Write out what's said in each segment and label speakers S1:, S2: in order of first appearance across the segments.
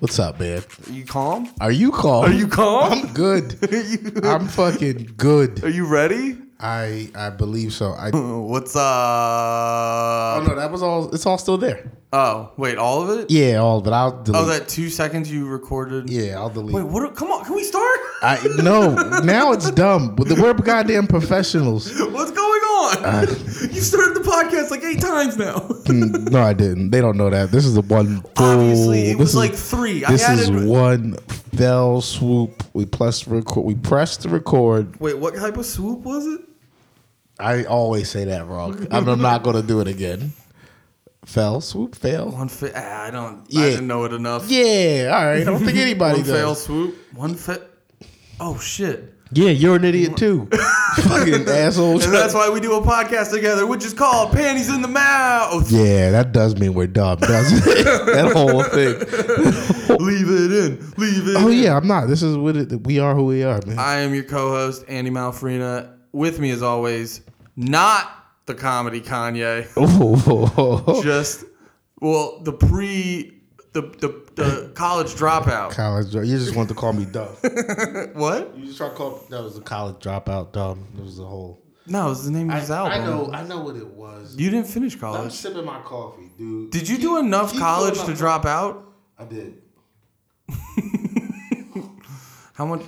S1: What's up, man?
S2: you calm?
S1: Are you calm?
S2: Are you calm?
S1: I'm good.
S2: Are you,
S1: I'm fucking good.
S2: are you ready?
S1: I I believe so. I
S2: What's
S1: oh
S2: up?
S1: no, that was all. It's all still there.
S2: Oh, wait, all of it?
S1: Yeah, all. But I'll delete.
S2: Oh, that two seconds you recorded?
S1: yeah, I'll delete.
S2: Wait, what? are- Come on, can we start?
S1: I no. Now it's dumb. But We're goddamn professionals.
S2: What's going on? you started the podcast like eight times now.
S1: Mm, Uh, no, I didn't. They don't know that. This is the one. Full,
S2: Obviously, it
S1: this
S2: was
S1: is-
S2: like three. I
S1: This is
S2: added.
S1: one fell swoop. We plus record. We pressed record.
S2: wait, what type of swoop was it?
S1: I always say that wrong. I'm I'm not gonna do it again. Fell swoop fail.
S2: One fa- ah, I don't. I
S1: Yeah.
S2: didn't know it enough.
S1: Yeah, all right. I don't think anybody
S2: One
S1: does.
S2: fail swoop. One fa- Oh shit!
S1: Yeah, you're an idiot too. Fucking asshole.
S2: And that's why we do a podcast together, which is called "Panties in the Mouth."
S1: yeah, that does mean we're dumb. Doesn't it? that whole thing.
S2: Leave it in. Leave it.
S1: Oh
S2: in.
S1: yeah, I'm not. This is what it, we are. Who we are, man.
S2: I am your co-host Andy Malfrina. With me, as always, not the comedy Kanye.
S1: Oh. Ooh.
S2: Just well, the pre, the the, the college dropout.
S1: college. dro- You just want to call me dumb.
S2: What?
S1: you just try to call. That was a college dropout. Dumb. It was a whole.
S2: No, it was the name of his album.
S1: I know what it was.
S2: You didn't finish college.
S1: sipping my coffee, dude.
S2: Did you do enough
S1: keep
S2: college
S1: going
S2: to
S1: on.
S2: drop out?
S1: I did.
S2: How much?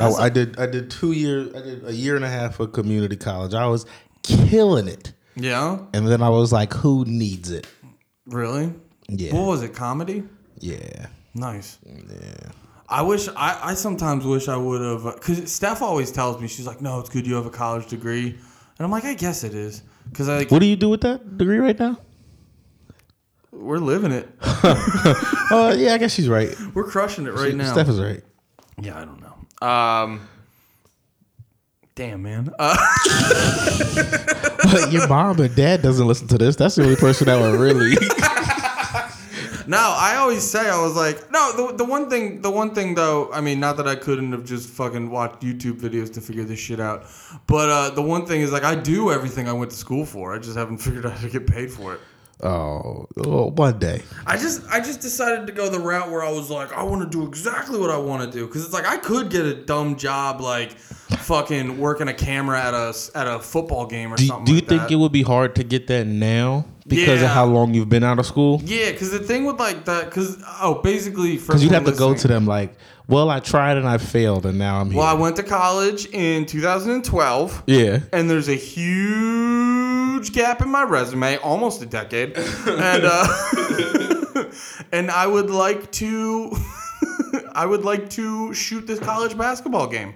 S1: Oh, I did. I did two year. I did a year and a half of community college. I was killing it,
S2: Yeah,
S1: and then I was like, "Who needs it?"
S2: really?
S1: Yeah.
S2: What was it? Comedy?
S1: Yeah.
S2: Nice. Yeah. I wish I, I sometimes wish I would have because Steph always tells me she's like, no, it's good you have a college degree, and I'm like, I guess it is because like
S1: What do you do with that degree right now?
S2: we're living it,
S1: Uh, yeah, I guess she's right.
S2: we're crushing it right now.
S1: Steph is right.
S2: yeah, I don't know. Um, damn man. Uh,
S1: But your mom and dad doesn't listen to this. That's the only person that would really.
S2: No, I always say I was like, no. The, the one thing, the one thing though, I mean, not that I couldn't have just fucking watched YouTube videos to figure this shit out, but uh, the one thing is like I do everything I went to school for. I just haven't figured out how to get paid for it.
S1: oh, oh, one day.
S2: I just, I just decided to go the route where I was like, I want to do exactly what I want to do because it's like I could get a dumb job like fucking working a camera at a s- at a football game or
S1: Do,
S2: something.
S1: do you
S2: like
S1: think
S2: that.
S1: it would be hard to get that now because
S2: Yeah.
S1: of how long you've been out of school?
S2: Yeah, because the thing with like that, because oh, basically, because
S1: Because you'd have to go to them like, well, I tried and I failed, and now I'm here.
S2: Well, I went to college in 2012,
S1: yeah.
S2: and there's a huge gap in my resume, almost a decade, and uh, and I would like to, I would like to shoot this college basketball game.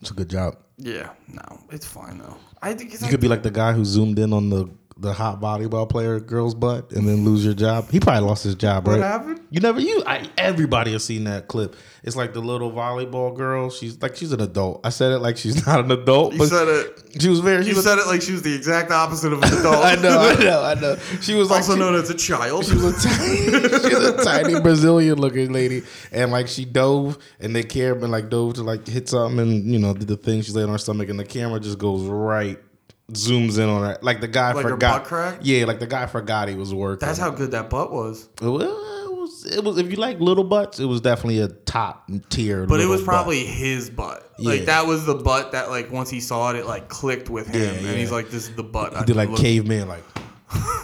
S1: It's a good job.
S2: Yeah, no, it's fine though. I think it's
S1: You could be like the guy who zoomed in on the the hot volleyball player girl's butt and then lose your job. He probably lost his job, right?
S2: happened?
S1: You never you I everybody has seen that clip. It's like the little volleyball girl. She's like she's an adult. I said it like she's not an adult,
S2: you
S1: but
S2: said it.
S1: she was very she
S2: You
S1: was
S2: said it like she was the exact opposite of an adult.
S1: I know, I know, I know. She was like
S2: Also
S1: she-
S2: known as a child.
S1: she was a tiny, she was a tiny Brazilian looking lady, and like she dove, and the camera like dove to like hit something, and you know did the thing. She laid on her stomach, and the camera just goes right, zooms in on her. Like the guy
S2: Like her
S1: forgot.
S2: butt crack?
S1: Yeah, like the guy forgot he was working.
S2: That's how good that butt was.
S1: it was. It was, it was if you like little butts, it was definitely a top tier.
S2: But it was probably his butt. Like
S1: Yeah.
S2: that was the butt that like once he saw it, it like clicked with him,
S1: Yeah,
S2: and he's
S1: yeah.
S2: like, "This is the butt." I
S1: did like
S2: look-
S1: caveman like.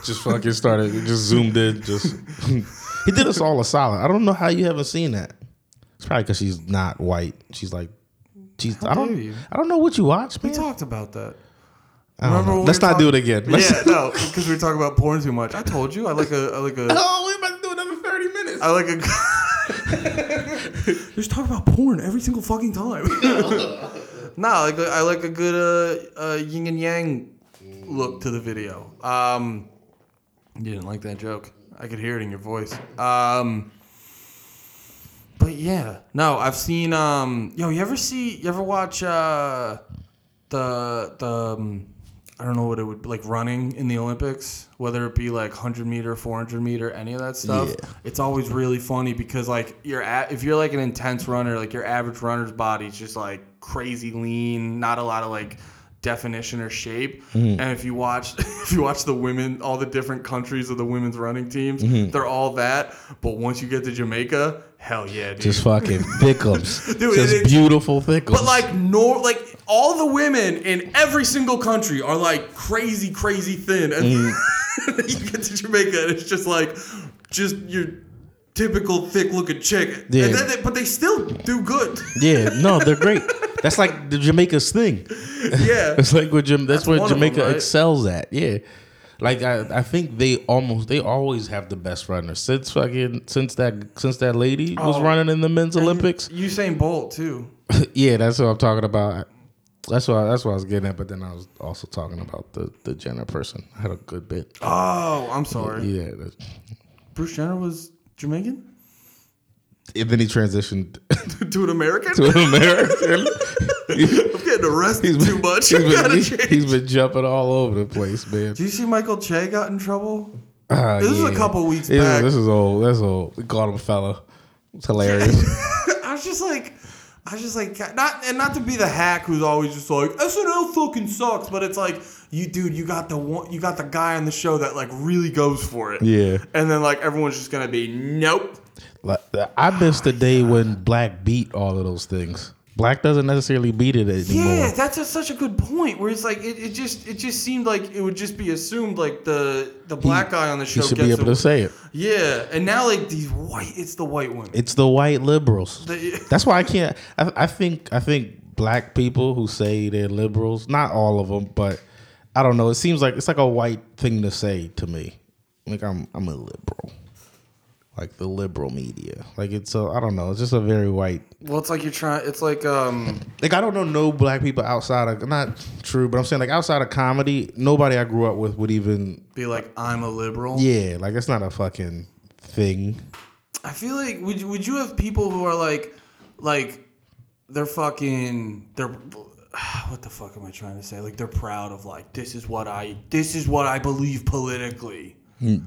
S1: just fucking started, just zoomed in. Just he did us all a solid. I don't know how you haven't seen that. It's probably because she's not white. She's like, she's. I
S2: dare
S1: don't.
S2: you.
S1: I don't know what you watch,
S2: We
S1: man.
S2: talked about that.
S1: I don't
S2: remember
S1: know.
S2: when
S1: Let's
S2: we
S1: not do it
S2: talked-
S1: again. Let's,
S2: yeah, no, because we were talking about porn too much. I told you, I like a, I like a,
S1: Oh, we're about to do another thirty minutes.
S2: I like a. Just talk about porn every single fucking time. nah, like I like a good uh, uh, yin and yang look to the video. Um, you didn't like that joke. I could hear it in your voice. Um, but yeah, no, I've seen. Um, yo, you ever see? You ever watch uh, the the? Um, I don't know what it would like running in the Olympics, whether it be like hundred meter, four hundred meter, any of that stuff.
S1: Yeah.
S2: It's always really funny because like you're at if you're like an intense runner, like your average runner's body's just like crazy lean, not a lot of like definition or shape. And if you watch if you watch the women all the different countries of the women's running teams, they're all that. But once you get to Jamaica, hell yeah, dude.
S1: Just fucking thickums.
S2: Dude,
S1: Just
S2: it- it-
S1: beautiful thickums.
S2: But like nor like all the women in every single country are like crazy, crazy thin, and
S1: Mm.
S2: you get to Jamaica and it's just like just your typical thick looking chick.
S1: Yeah.
S2: And then they, but they still do good.
S1: yeah, no, they're great. That's like the Jamaica's thing.
S2: yeah.
S1: It's like what Jam- that's, where
S2: one of 'em,
S1: Jamaica
S2: right?
S1: excels at. Yeah. Like I, I think they almost they always have the best runner since fucking since that since that lady was
S2: Oh.
S1: running in the men's Olympics.
S2: Usain Bolt too.
S1: yeah, that's what I'm talking about. That's what that's what I was getting at. But then I was also talking about the the Jenner person. I had a good bit.
S2: Oh, I'm sorry.
S1: Yeah. That's,
S2: Bruce Jenner was Jamaican
S1: and then he transitioned
S2: to an American.
S1: to an American.
S2: I'm getting arrested too much.
S1: He's
S2: I
S1: been,
S2: gotta
S1: he-
S2: change.
S1: he's been jumping all over the place, man.
S2: Do you see Michael Che got in trouble?
S1: Ah,
S2: This is a couple weeks
S1: Yeah,
S2: back.
S1: This is old. That's old. We called him a fella. It's hilarious.
S2: I was just like, I was just like, God- not and not to be the hack who's always just like SNL fucking sucks, but it's like you, dude, you got the one, you got the guy on the show that like really goes for it.
S1: Yeah.
S2: And then like everyone's just gonna be nope.
S1: Like, the- I miss the day when Black beat all of those things. Black doesn't necessarily beat it anymore.
S2: Yeah, that's a, such a good point. Where it's like it, it just it just seemed like it would just be assumed like the the black guy on the show
S1: you should
S2: gets
S1: be able
S2: it.
S1: to say it.
S2: Yeah, and now like these white, it's the white women.
S1: It's the white liberals.
S2: They-
S1: That's why I can't. I, I think I think black people who say they're liberals, not all of them, but I don't know. It seems like it's like a white thing to say to me. Like I'm I'm a liberal. Like the liberal media. Like it's a I don't know. It's just a very white
S2: well, it's like you're trying. It's like um.
S1: like I don't know no black people outside of not true, but I'm saying like outside of comedy, nobody I grew up with would even
S2: Be like, I'm a liberal.
S1: yeah, like it's not a fucking thing.
S2: I feel like would you- would you have people who are like like they're fucking they're what the fuck am I trying to say? Like they're proud of like this is what I this is what I believe politically.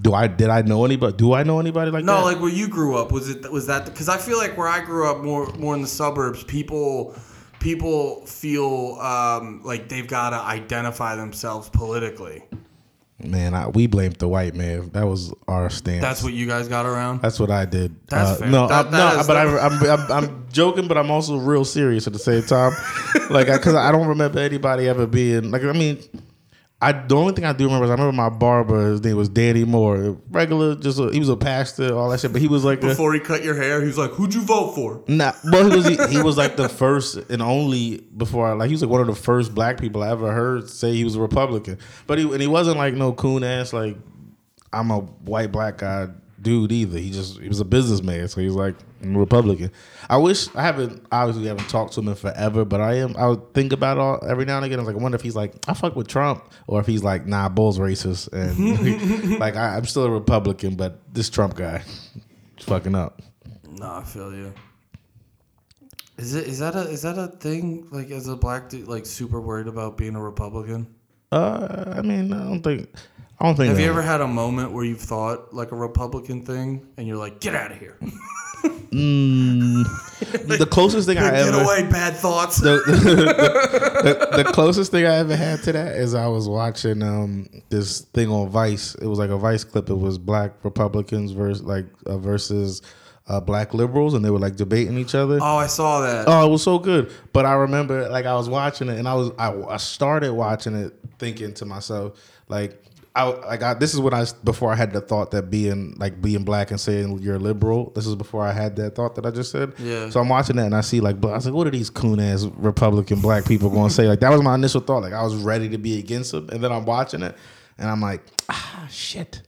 S1: Do I did I know anybody? Do I know anybody like
S2: No,
S1: that?
S2: like where you grew up was it was that because I feel like where I grew up more more in the suburbs, people people feel um, like they've got to identify themselves politically.
S1: man, I, we blamed the white man. That was our stance.
S2: That's what you guys got around.
S1: That's what I did.
S2: That's
S1: Uh,
S2: fair.
S1: No,
S2: That-
S1: I,
S2: that
S1: no,
S2: is-
S1: but I, I'm, I'm I'm joking, but I'm also real serious at the same time. like, because I, don't remember anybody ever being like. I mean, I the only thing I do remember is I remember my barber. His name was Danny Moore. Regular, just a, he was a pastor, all that shit. But he was like a,
S2: Before he cut your hair, he was like, "Who'd you vote for?"
S1: Nah, well, he was he, was like the first and only before I like he was like one of the first black people I ever heard say he was a Republican. But he and he wasn't like no coon ass like I'm a white black guy dude either. He just he was a businessman, so he was like I'm a Republican. I wish I haven't obviously haven't talked to him in forever, but I am I would think about it all every now and again. I was like I wonder if he's like I fuck with Trump or if he's like nah Bull's racist and like I, I'm still a Republican, but this Trump guy is fucking up.
S2: No, I feel you. Is it is that a is that a thing like as a black dude like super worried about being a Republican?
S1: Uh, I mean, I don't think. I don't think.
S2: Have you
S1: that-
S2: ever had a moment where you've thought like a Republican thing and you're like, get out of here,
S1: the closest thing I
S2: get
S1: ever
S2: away, bad thoughts.
S1: the, the- the- the closest thing I ever had to that is I was watching um this thing on Vice. It was like a Vice clip. It was Black Republicans versus like uh, versus uh, Black liberals, and they were like debating each other.
S2: oh, I saw that.
S1: Oh, it was so good. But I remember, like, I was watching it, and I was, I, I started watching it, thinking to myself, like, I, like, I, this is when I, before I had the thought that being, like, being black and saying you're liberal. This is before I had that thought that I just said.
S2: Yeah.
S1: So I'm watching that, and I see, like, bla- I was like, what are these coon ass Republican black people going to say? Like, that was my initial thought. Like, I was ready to be against them, and then I'm watching it, and I'm like, ah, shit.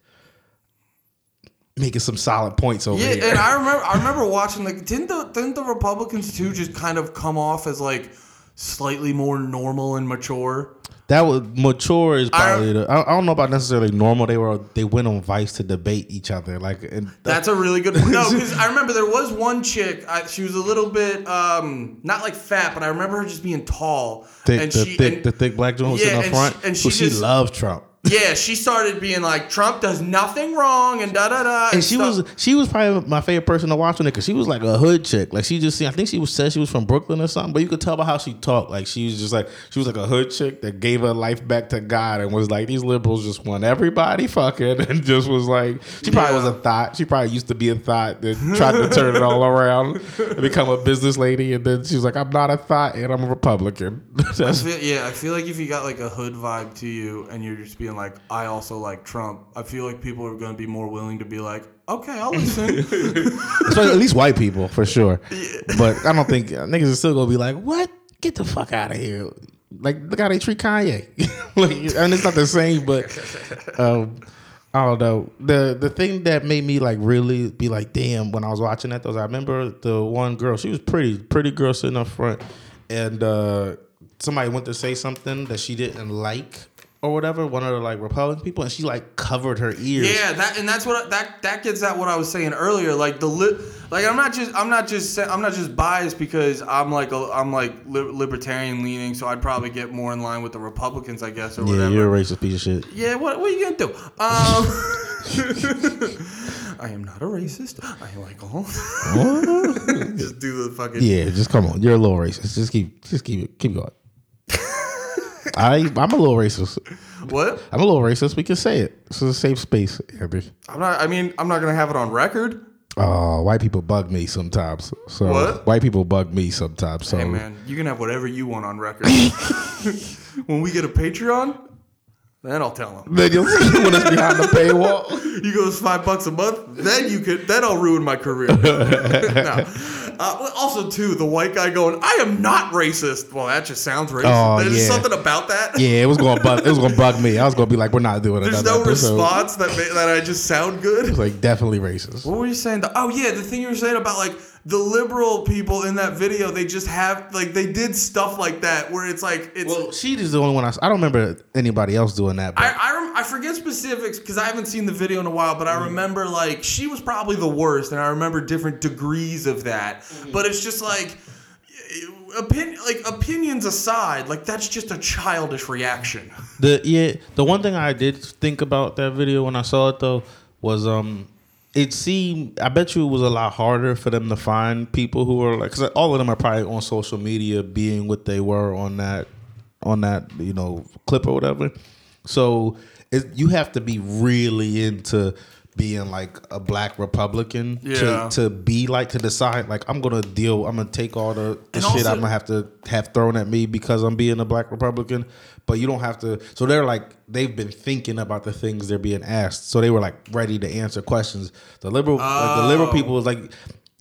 S1: Making some solid points over
S2: yeah,
S1: here.
S2: and I remember I remember watching like didn't the didn't the Republicans too just kind of come off as like slightly more normal and mature?
S1: That was mature is
S2: I-
S1: probably. I, the, I, I don't know about necessarily normal. They were they went on Vice to debate each other. Like and
S2: That's a really good no, because I remember there was one chick. I, she was a little bit um, not like fat, but I remember her just being tall.
S1: thick,
S2: and
S1: the
S2: she
S1: thick
S2: and,
S1: the thick black joint was in
S2: Yeah,
S1: the
S2: and
S1: front.
S2: she- and
S1: who
S2: she
S1: she
S2: just-
S1: loved Trump.
S2: yeah, she started being like, Trump does nothing wrong and da da da.
S1: And she
S2: stuff.
S1: was she was probably my favorite person to watch on it because she was like a hood chick. Like she just I think she was said she was from Brooklyn or something, but you could tell by how she talked. Like she was just like she was like a hood chick that gave her life back to God and was like these liberals just want everybody fucking and just was like she probably
S2: Yeah.
S1: was a thought. She probably used to be a thought that tried to turn it all around and become a business lady, and then she was like I'm not a thought and I'm a Republican. That's
S2: I feel- yeah, I feel like if you got like a hood vibe to you and you're just being like, I also like Trump, I feel like people are going to be more willing to be like, okay, I'll listen.
S1: So at least white people for sure. But I don't think uh, niggas are still gonna be like, "What? Get the fuck out of here!" Like, look how they treat Kanye. like, and it's not the same, but um, I don't know. The the thing that made me like really be like, "Damn!" When I was watching that, those I remember the one girl. She was pretty, pretty girl sitting up front, and uh, somebody went to say something that she didn't like. Or whatever, one of the like Republican people, and she like covered her ears.
S2: yeah, that and that's what that that gets at what I was saying earlier. Like the li- like I'm not just I'm not just sa- I'm not just biased because I'm like a, I'm like li- libertarian leaning, so I'd probably get more in line with the Republicans, I guess, or
S1: yeah,
S2: whatever.
S1: you're a racist piece of shit.
S2: Yeah, what, what are you gonna do? Um, I am not a racist. I like all. Just do the fucking.
S1: Yeah, just come on. You're a little racist. Just keep, just keep it, keep going. I, I'm a little racist.
S2: What?
S1: I'm a little racist. We can say it. This is a safe space, Andy.
S2: I'm not. I mean, I'm not gonna have it on record.
S1: Uh, white people bug me sometimes. So
S2: What?
S1: white people bug me sometimes. So
S2: Hey, man, you can have whatever you want on record. when we get a Patreon, then I'll tell them.
S1: then you'll see when it's behind the paywall.
S2: You go five bucks a month, then you could. Then I'll ruin my career. no. Uh, also, too, the white guy going, "I am not racist." Well, that just sounds racist.
S1: Oh,
S2: There's
S1: yeah.
S2: something about that.
S1: Yeah, it was gonna bug. It was gonna bug me. I was gonna be like, we're not doing
S2: There's
S1: another
S2: no
S1: episode.
S2: response that ma- that I just sound good.
S1: It's like definitely racist.
S2: What were you saying? The- oh yeah, the thing you were saying about like the liberal people in that video, they just have like they did stuff like that where it's like it's.
S1: Well, she is the only one I. s- I don't remember anybody else doing that. But
S2: I, I, rem- I forget specifics because I haven't seen the video in a while, but
S1: Mm-hmm.
S2: I remember like she was probably the worst, and I remember different degrees of that.
S1: Mm-hmm.
S2: But it's just like, eh, opin- like opinions aside, like that's just a childish reaction.
S1: The yeah, the one thing I did think about that video when I saw it though was um, it seemed I bet you it was a lot harder for them to find people who are like because all of them are probably on social media being what they were on that on that you know clip or whatever. So it, you have to be really into being like a black Republican
S2: Yeah.
S1: to, to be like to decide like I'm gonna deal I'm gonna take all the, the
S2: And
S1: shit
S2: also-
S1: I'm gonna have to have thrown at me because I'm being a black Republican, but you don't have to. So they're like, they've been thinking about the things they're being asked. So they were like ready to answer questions. The liberal, like the liberal
S2: Oh.
S1: people was like,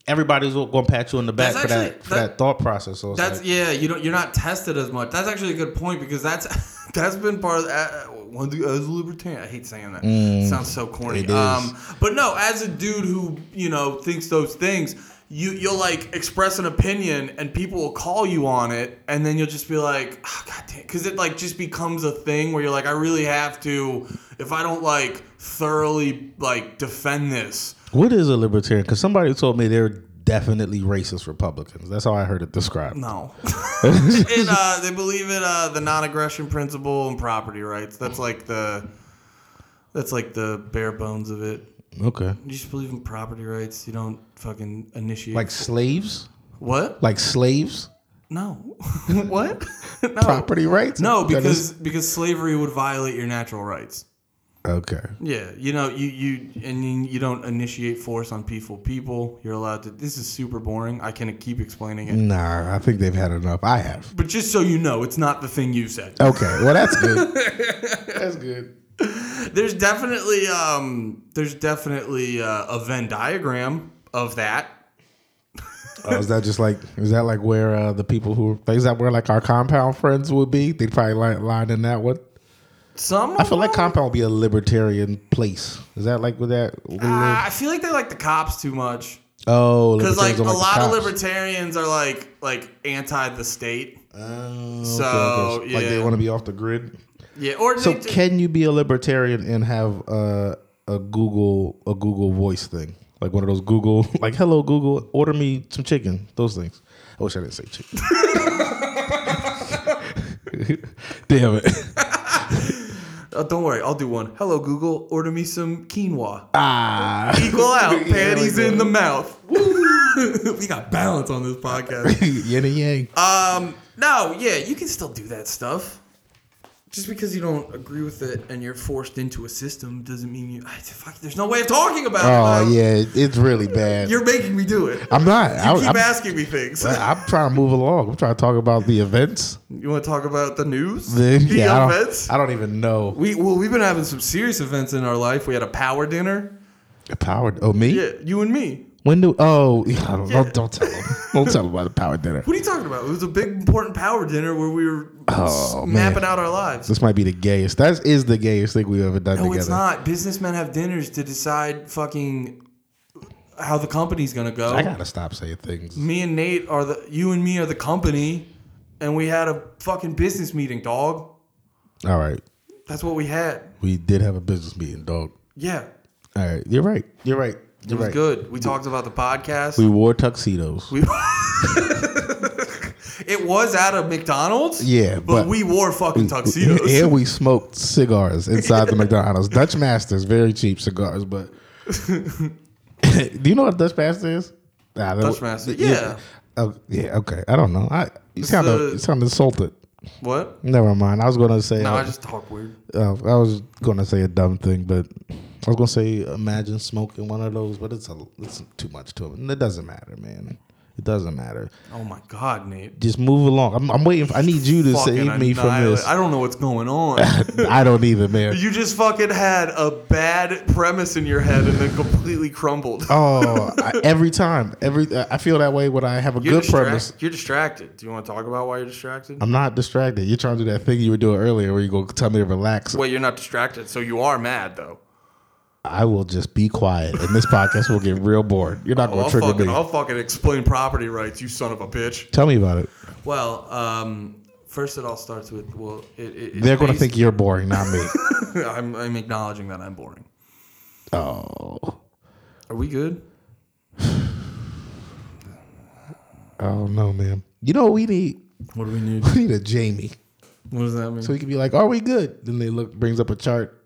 S1: everybody's gonna pat you in the back
S2: That's
S1: for
S2: actually-
S1: that, for
S2: that-
S1: that thought process. So it's
S2: That's
S1: like,
S2: yeah. You don't. You're not tested as much. That's actually a good point because that's that's been part of uh, one dude as a libertarian. I hate saying that. Sounds so corny.
S1: Mm. it is.
S2: Um, but no, as a dude who you know thinks those things, you you'll like express an opinion and people will call you on it, and then you'll just be like, oh, God damn, because it like just becomes a thing where you're like, I really have to. If I don't like thoroughly like defend this,
S1: what is a libertarian? Because somebody told me they're definitely racist Republicans. That's how I heard it described.
S2: No. it, uh, they believe in uh, the non-aggression principle and property rights. That's like the that's like the bare bones of it.
S1: Okay,
S2: You just believe in property rights. You don't fucking initiate.
S1: like slaves,
S2: what?
S1: like slaves,
S2: No. what? No.
S1: property rights.
S2: No,
S1: That is-
S2: because because slavery would violate your natural rights.
S1: okay,
S2: Yeah, you know, you you and you- you don't initiate force on peaceful people. You're allowed to. This is super boring. I can keep explaining it.
S1: nah, I think they've had enough. I have.
S2: But just so you know, it's not the thing you said.
S1: Okay, well that's good. that's good.
S2: There's definitely um there's definitely uh, a Venn diagram of that.
S1: Oh, is that just like is that like where uh, the people who is that where like our compound friends would be? They'd probably line, line in that one.
S2: Some
S1: I feel like compound would be a libertarian place. Is that like with that? we live?
S2: Ah, I feel like they like the cops too much
S1: oh,
S2: because like
S1: libertarians don't
S2: a lot of
S1: the cops.
S2: libertarians are like like anti the state.
S1: Oh, okay,
S2: So,
S1: okay. like they
S2: yeah.
S1: want to be off the grid.
S2: Yeah, or
S1: So
S2: they do-
S1: can you be a libertarian and have uh, a Google a Google Voice thing? Like one of those Google, like "Hello Google, order me some chicken." Those things. I wish I didn't say chicken. Damn it!
S2: Oh, don't worry, I'll do one. Hello Google, order me some quinoa.
S1: Ah.
S2: Equal out,
S1: Yeah,
S2: panties
S1: like
S2: in
S1: that.
S2: the mouth. we got balance on this podcast.
S1: Yin and yang.
S2: Um, no, yeah, you can still do that stuff. Just because you don't agree with it and you're forced into a system doesn't mean you. I, fuck, there's no way of talking about it.
S1: Oh
S2: Lyle.
S1: yeah, it's really bad.
S2: You're making me do it.
S1: I'm not.
S2: You
S1: I,
S2: keep
S1: I'm,
S2: asking me things.
S1: I'm trying to move along. I'm trying to talk about the events.
S2: you want to talk about the news?
S1: The,
S2: the
S1: yeah, I don't-
S2: events?
S1: I, don't, even know.
S2: we well, we've been having some serious events in our life. We had a power dinner.
S1: The power. Oh me?
S2: Yeah, you and me.
S1: When do? Oh, yeah, I don't, don't, don't tell him. don't tell him about the power dinner.
S2: What are you talking about? It was a big important power dinner where we were
S1: Oh,
S2: s-
S1: man.
S2: mapping out our lives.
S1: This might be the gayest. That is the gayest thing we've ever done
S2: No,
S1: together.
S2: Oh, it's not. Businessmen have dinners to decide fucking how the company's gonna go.
S1: I gotta stop saying things.
S2: me and Nate are the you and me are the company, and we had a fucking business meeting, dog.
S1: All right,
S2: That's what we had.
S1: we did have a business meeting, dog.
S2: Yeah,
S1: All right, you're right. You're right.
S2: it
S1: You're
S2: was
S1: right.
S2: good. We talked about the podcast.
S1: We wore tuxedos.
S2: We- it was out of McDonald's.
S1: Yeah,
S2: but,
S1: but- Mm,
S2: we wore fucking tuxedos.
S1: And we smoked cigars inside the McDonald's. Dutch Masters, very cheap cigars, but do you know what Dutch Master is? Nah, that-
S2: Dutch Master, yeah.
S1: Oh, yeah, okay. I don't know. I you sound
S2: the-
S1: you sound insulted.
S2: what?
S1: Never mind. I was gonna say
S2: No,
S1: uh,
S2: I just talk weird.
S1: uh, I was gonna say a dumb thing, but I was gonna say imagine smoking one of those, but it's a it's too much to him. It doesn't matter, man. It doesn't matter.
S2: Oh my god, Nate.
S1: Just move along. I'm, I'm waiting. For, I need you to
S2: Fucking
S1: save me from
S2: annihilate-
S1: this.
S2: I don't know what's going on.
S1: I don't either, man.
S2: You just fucking had a bad premise in your head and then completely crumbled.
S1: Oh, I, every time, every I feel that way when I have a
S2: You're,
S1: good
S2: distract-
S1: premise.
S2: you're distracted. Do you want to talk about why you're distracted?
S1: I'm not distracted. You're trying to do that thing you were doing earlier, where you go tell me to relax.
S2: Wait, you're not distracted, so you are mad though.
S1: I will just be quiet, and this podcast will get real bored. You're not
S2: Well,
S1: going
S2: Oh,
S1: to
S2: I'll,
S1: trigger
S2: fucking,
S1: me.
S2: I'll fucking explain property rights, you son of a bitch.
S1: Tell me about it.
S2: Well, um, first it all starts with well, it, it, it's
S1: They're going to
S2: based-
S1: think you're boring, not me.
S2: I'm, I'm acknowledging that I'm boring.
S1: oh,
S2: Are we good?
S1: I don't know, man. You know what we need?
S2: What do we need?
S1: We need a Jamie,
S2: What does that mean?
S1: so we can be like, "Are we good?" Then they look, brings up a chart.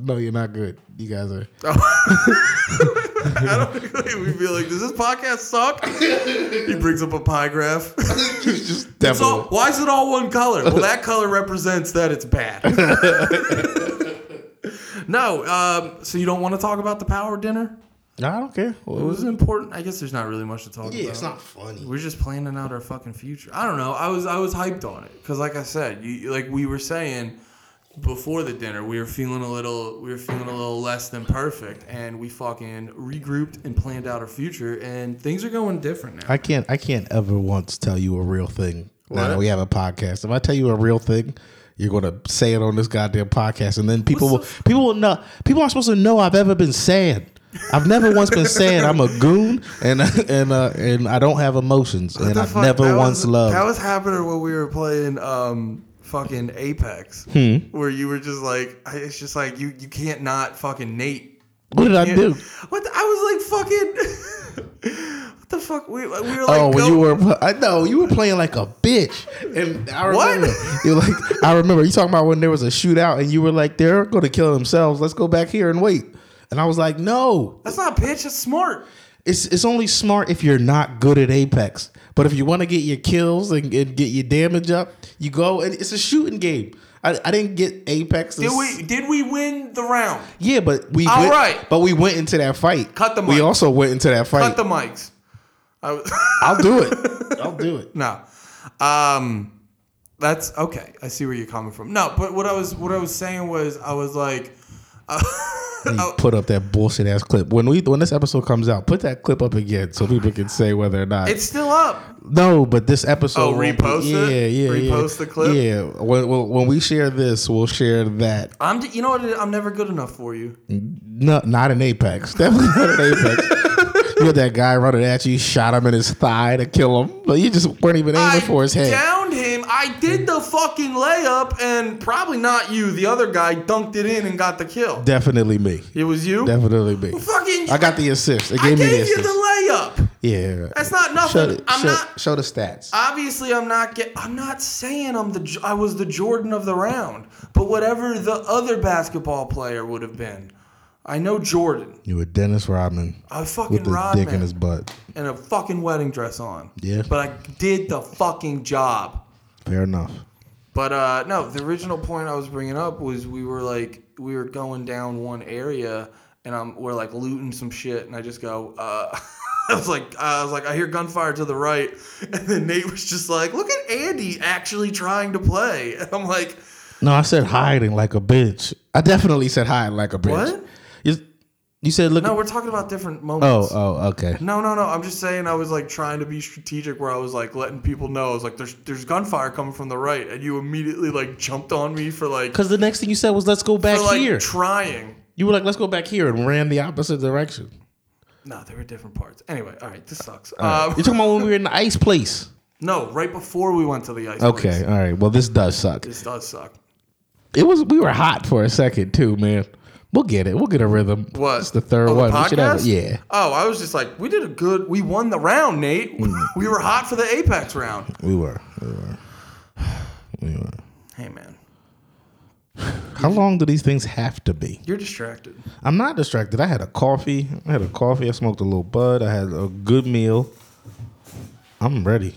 S1: No, you're not good. You guys are.
S2: I don't think we'd be like, does this podcast suck? he brings up a pie graph.
S1: just definitely.
S2: So why is it all one color? Well, that color represents that it's bad. no, um, so you don't want to talk about the power dinner?
S1: No, I don't care. Well,
S2: It was important. I guess there's not really much to talk about.
S1: yeah, it's not funny.
S2: We're just planning out our fucking future. I don't know. I was I was hyped on it because, like I said, you like we were saying before the dinner, we were feeling a little we were feeling a little less than perfect, and we fucking regrouped and planned out our future, and things are going different now.
S1: I can't I can't ever once tell you a real thing. Now that
S2: What?
S1: we have a podcast. If I tell you a real thing, you're gonna say it on this goddamn podcast and then people will people will know people aren't supposed to know I've ever been sad. I've never once been sad. I'm a goon and and uh, and I don't have emotions and
S2: the
S1: I've
S2: fuck?
S1: never
S2: That
S1: once
S2: was,
S1: loved.
S2: That was happening when we were playing um, fucking Apex,
S1: Hmm.
S2: where you were just like, I- it's just like you you can't not fucking Nate.
S1: what did I do?
S2: What the- I was like fucking. what the fuck? We, we were like,
S1: oh, when
S2: go-
S1: you were, I know you were playing like a bitch, and I
S2: What?
S1: remember you like I remember you talking about when there was a shootout, and you were like, "They're going to kill themselves. Let's go back here and wait." And I was like, "No,
S2: That's not pitch. That's smart.
S1: It's it's only smart if you're not good at Apex. But if you want to get your kills and, and get your damage up, you go and it's a shooting game. I, I didn't get Apex.
S2: Did
S1: as-
S2: we did we win the round?
S1: Yeah, but we
S2: All
S1: went,
S2: right.
S1: But we went into that fight.
S2: Cut the
S1: We
S2: mic.
S1: also went into that fight.
S2: Cut the mics. I was,
S1: I'll do it. I'll do it.
S2: no. Um, that's okay. I see where you're coming from. No, but what I was what I was saying was I was like, uh,
S1: You put up that bullshit ass clip when we when this episode comes out. Put that clip up again so people can say whether or not
S2: it's still up.
S1: No, but this episode.
S2: Oh,
S1: won't be-
S2: repost it?
S1: Yeah, yeah, yeah.
S2: Repost the clip?
S1: Yeah. When, when when we share this, we'll share that.
S2: I'm j- you know what it is? I'm never good enough for you.
S1: No, not an Apex. Definitely not an Apex. you had that guy running at you, shot him in his thigh to kill him, but you just weren't even aiming
S2: I
S1: for his head.
S2: downed him. I did the fucking layup, and probably not you. The other guy dunked it in and got the kill.
S1: Definitely me.
S2: It was you.
S1: Definitely me.
S2: Fucking.
S1: I got the assist. It
S2: I
S1: gave me the
S2: gave you
S1: assist.
S2: the layup.
S1: Yeah.
S2: That's not
S1: Show,
S2: nothing.
S1: the-
S2: I'm
S1: show,
S2: not.
S1: show the stats.
S2: Obviously, I'm not get. I'm not saying I'm the. J- I was the Jordan of the round, but whatever the other basketball player would have been, I know Jordan.
S1: you were Dennis Rodman
S2: I fucking
S1: with his
S2: Rodman
S1: dick in his butt.
S2: and a fucking wedding dress on.
S1: Yeah.
S2: But I did the fucking job.
S1: Fair enough.
S2: But uh, no, the original point I was bringing up was we were like we were going down one area, and I'm we're like looting some shit, and I just go. Uh, I was like, I was like, I hear gunfire to the right, and then Nate was just like, look at Andy actually trying to play, and I'm like,
S1: No, I said hiding like a bitch. I definitely said hiding like a bitch.
S2: What?
S1: You, you said look.
S2: no,
S1: at-
S2: we're talking about different
S1: oh,
S2: moments.
S1: oh, okay.
S2: No, no, no. I'm just saying I was like trying to be strategic where I was like letting people know I was like there's there's gunfire coming from the right and you immediately like jumped on me for like
S1: Because the next thing you said was let's go back
S2: for like
S1: here.
S2: trying.
S1: you were like let's go back here and ran the opposite direction.
S2: No, there were different parts. Anyway, all right,
S1: Uh,
S2: this sucks.
S1: You're
S2: Um,
S1: talking about when we were in the ice place.
S2: no, right before we went to the ice.
S1: Okay,
S2: place.
S1: all right. Well, this does suck.
S2: This does suck.
S1: It was we were hot for a second too, man. We'll get it. We'll get a rhythm.
S2: What?
S1: It's the third
S2: Oh,
S1: one. We should have
S2: podcast?
S1: it. Yeah.
S2: Oh, I was just like, we did a good. We won the round, Nate.
S1: Mm.
S2: we were hot for the apex round.
S1: We were. We were. We were.
S2: Hey, man,
S1: How long do these things have to be?
S2: you're distracted.
S1: I'm not distracted. I had a coffee. I had a coffee. I smoked a little bud. I had a good meal. I'm ready.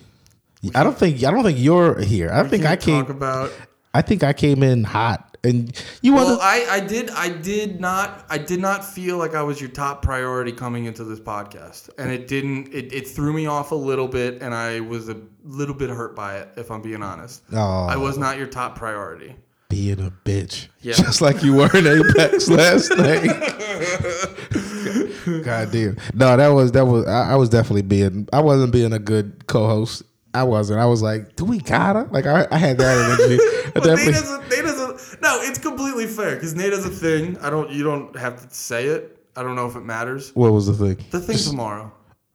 S1: I don't think I don't think you're here. I think I came.
S2: talk about.
S1: I think I came in hot, and you want
S2: Well,
S1: to.
S2: I, I did I did not I did not feel like I was your top priority coming into this podcast, and it didn't it, it threw me off a little bit, and I was a little bit hurt by it, if I'm being honest.
S1: Aw.
S2: I was not your top priority.
S1: being a bitch.
S2: Yeah.
S1: Just like you were in Apex last night. God damn. No, that was that was I, I was definitely being I wasn't being a good co host. I wasn't. I was like, do we gotta? Like I, I had that energy. I
S2: But Nate
S1: definitely-
S2: doesn't, Nate doesn't. No, it's completely fair because Nate does a thing. I don't. You don't have to say it. I don't know if it matters.
S1: what was the thing?
S2: The thing tomorrow.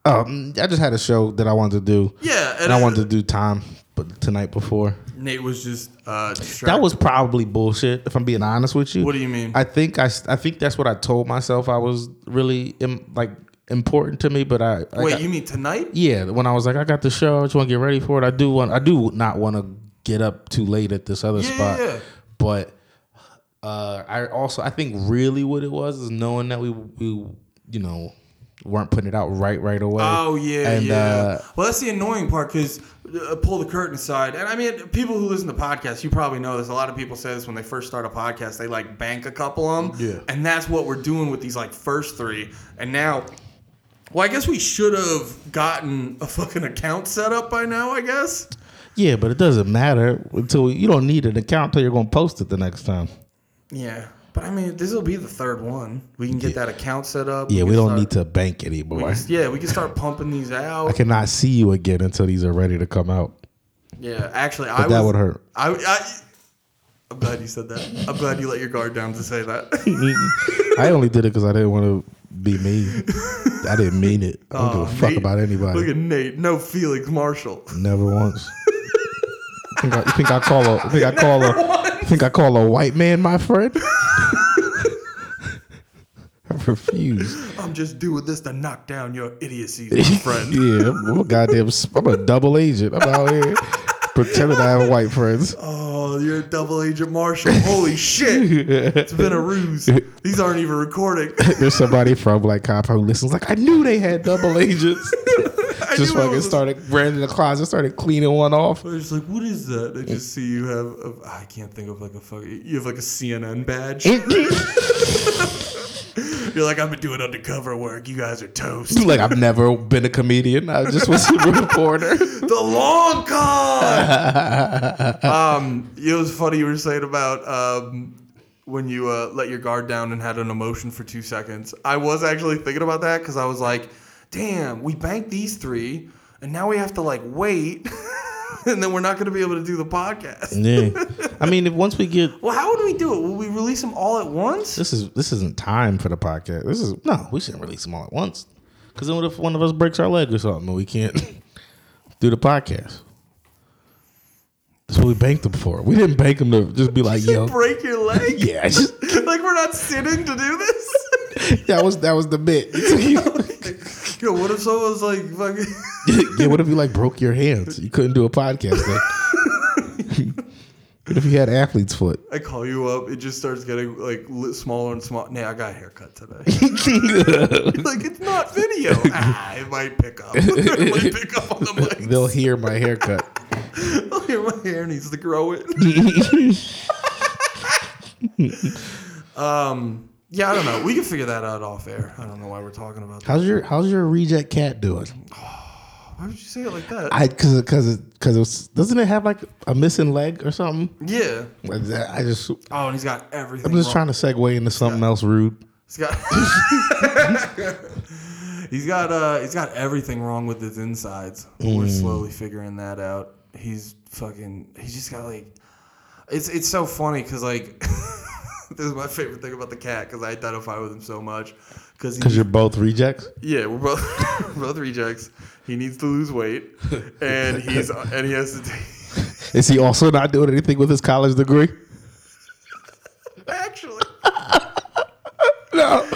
S1: Um I just had a show that I wanted to do.
S2: Yeah,
S1: And I wanted to do time but tonight before.
S2: Nate was just uh, distracted.
S1: That was probably bullshit, if I'm being honest with you.
S2: What do you mean?
S1: I think I, s- I think that's what I told myself I was really im, like important to me, but I I
S2: Wait,
S1: got-
S2: you mean tonight?
S1: yeah, when I was like, I got the show, I just want to get ready for it. I do want, I do not want to get up too late at this other
S2: Yeah,
S1: spot,
S2: yeah, yeah.
S1: but uh, I also, I think really what it was is knowing that we, we, you know, weren't putting it out right, right away.
S2: Oh yeah,
S1: and,
S2: yeah.
S1: Uh,
S2: well, that's the annoying part because uh, pull the curtain aside, and I mean, people who listen to podcasts, you probably know this. A lot of people say this when they first start a podcast, they like bank a couple of them,
S1: Yeah.
S2: and that's what we're doing with these like first three, and now. Well, I guess we should have gotten a fucking account set up by now. I guess.
S1: yeah, but it doesn't matter until you don't need an account until you're going to post it the next time.
S2: Yeah, but I mean, this will be the third one. We can get that account set up.
S1: Yeah, we,
S2: can
S1: don't
S2: start-
S1: need to bank anymore.
S2: we can- Yeah, we can start pumping these out.
S1: I cannot see you again until these are ready to come out.
S2: Yeah, actually, I
S1: that
S2: was-
S1: would hurt.
S2: I, I, I'm glad you said that. I'm glad you let your guard down to say that.
S1: I only did it because I didn't want to be mean. I didn't mean it. I don't give a fuck
S2: Oh, Nate.
S1: about anybody.
S2: Look at Nate. No Felix Marshall.
S1: Never once. You think I, you think I call a? you Think I call a? you Think I call a white man my friend? I refuse.
S2: I'm just doing this to knock down your idiocies, my friend.
S1: yeah, I'm a goddamn. s- I'm a double agent. I'm out here pretending I have white friends.
S2: Oh, you're a double agent Marshall. Holy shit. It's been a ruse. These aren't even recording.
S1: There's somebody from like cop who listens. Like I knew they had double agents.
S2: I
S1: Just
S2: knew it
S1: fucking
S2: was-
S1: started ran in the closet, started cleaning one off.
S2: I was just like, what is that? I just see you have. A, I can't think of like a fucking. You have like a CNN badge. You're like, I've been doing undercover work. You guys are toast.
S1: like I've never been a comedian. I just was a reporter.
S2: The long con. um, it was funny you were saying about um, when you uh, let your guard down and had an emotion for two seconds. I was actually thinking about that because I was like, "Damn, we banked these three, and now we have to like wait, and then we're not going to be able to do the podcast."
S1: Yeah. I mean, if once we get
S2: Well, how would we do it? Will we release them all at once?
S1: this is this isn't time for the podcast. This is no, we shouldn't release them all at once. Because then what if one of us breaks our leg or something and we can't do the podcast? That's what we banked them for. We didn't bank them to just be like, yo,
S2: Break your leg?
S1: yeah, I just-
S2: like we're not sitting to do this?
S1: that was that was the bit.
S2: Yo, what if someone's like fucking?
S1: yeah, what if you like broke your hands? You couldn't do a podcast. Like, what if you had athlete's foot?
S2: I call you up, it just starts getting like li- smaller and smaller. Nah, I got a haircut today. like it's not video. ah, it might pick up. it might pick up on the mic.
S1: They'll hear my haircut.
S2: Oh, yeah, my hair needs to grow it. um, yeah, I don't know. We can figure that out off air. I don't know why we're talking about that.
S1: How's your How's your reject cat doing?
S2: Why would you say it like that?
S1: I because because because it was doesn't it have like a missing leg or something?
S2: yeah.
S1: Like that, I just
S2: Oh, and he's got everything.
S1: I'm just trying
S2: wrong.
S1: to segue into something else rude.
S2: He's got. he's got. Uh, he's got everything wrong with his insides. We're slowly figuring that out. He's fucking. He's just got like. It's it's so funny because like. this is my favorite thing about the cat because I identify with him so much. Because
S1: Because you're both rejects.
S2: yeah, we're both we're both rejects. He needs to lose weight, and he's and he has to. Take,
S1: Is he also not doing anything with his college degree?
S2: actually,
S1: No.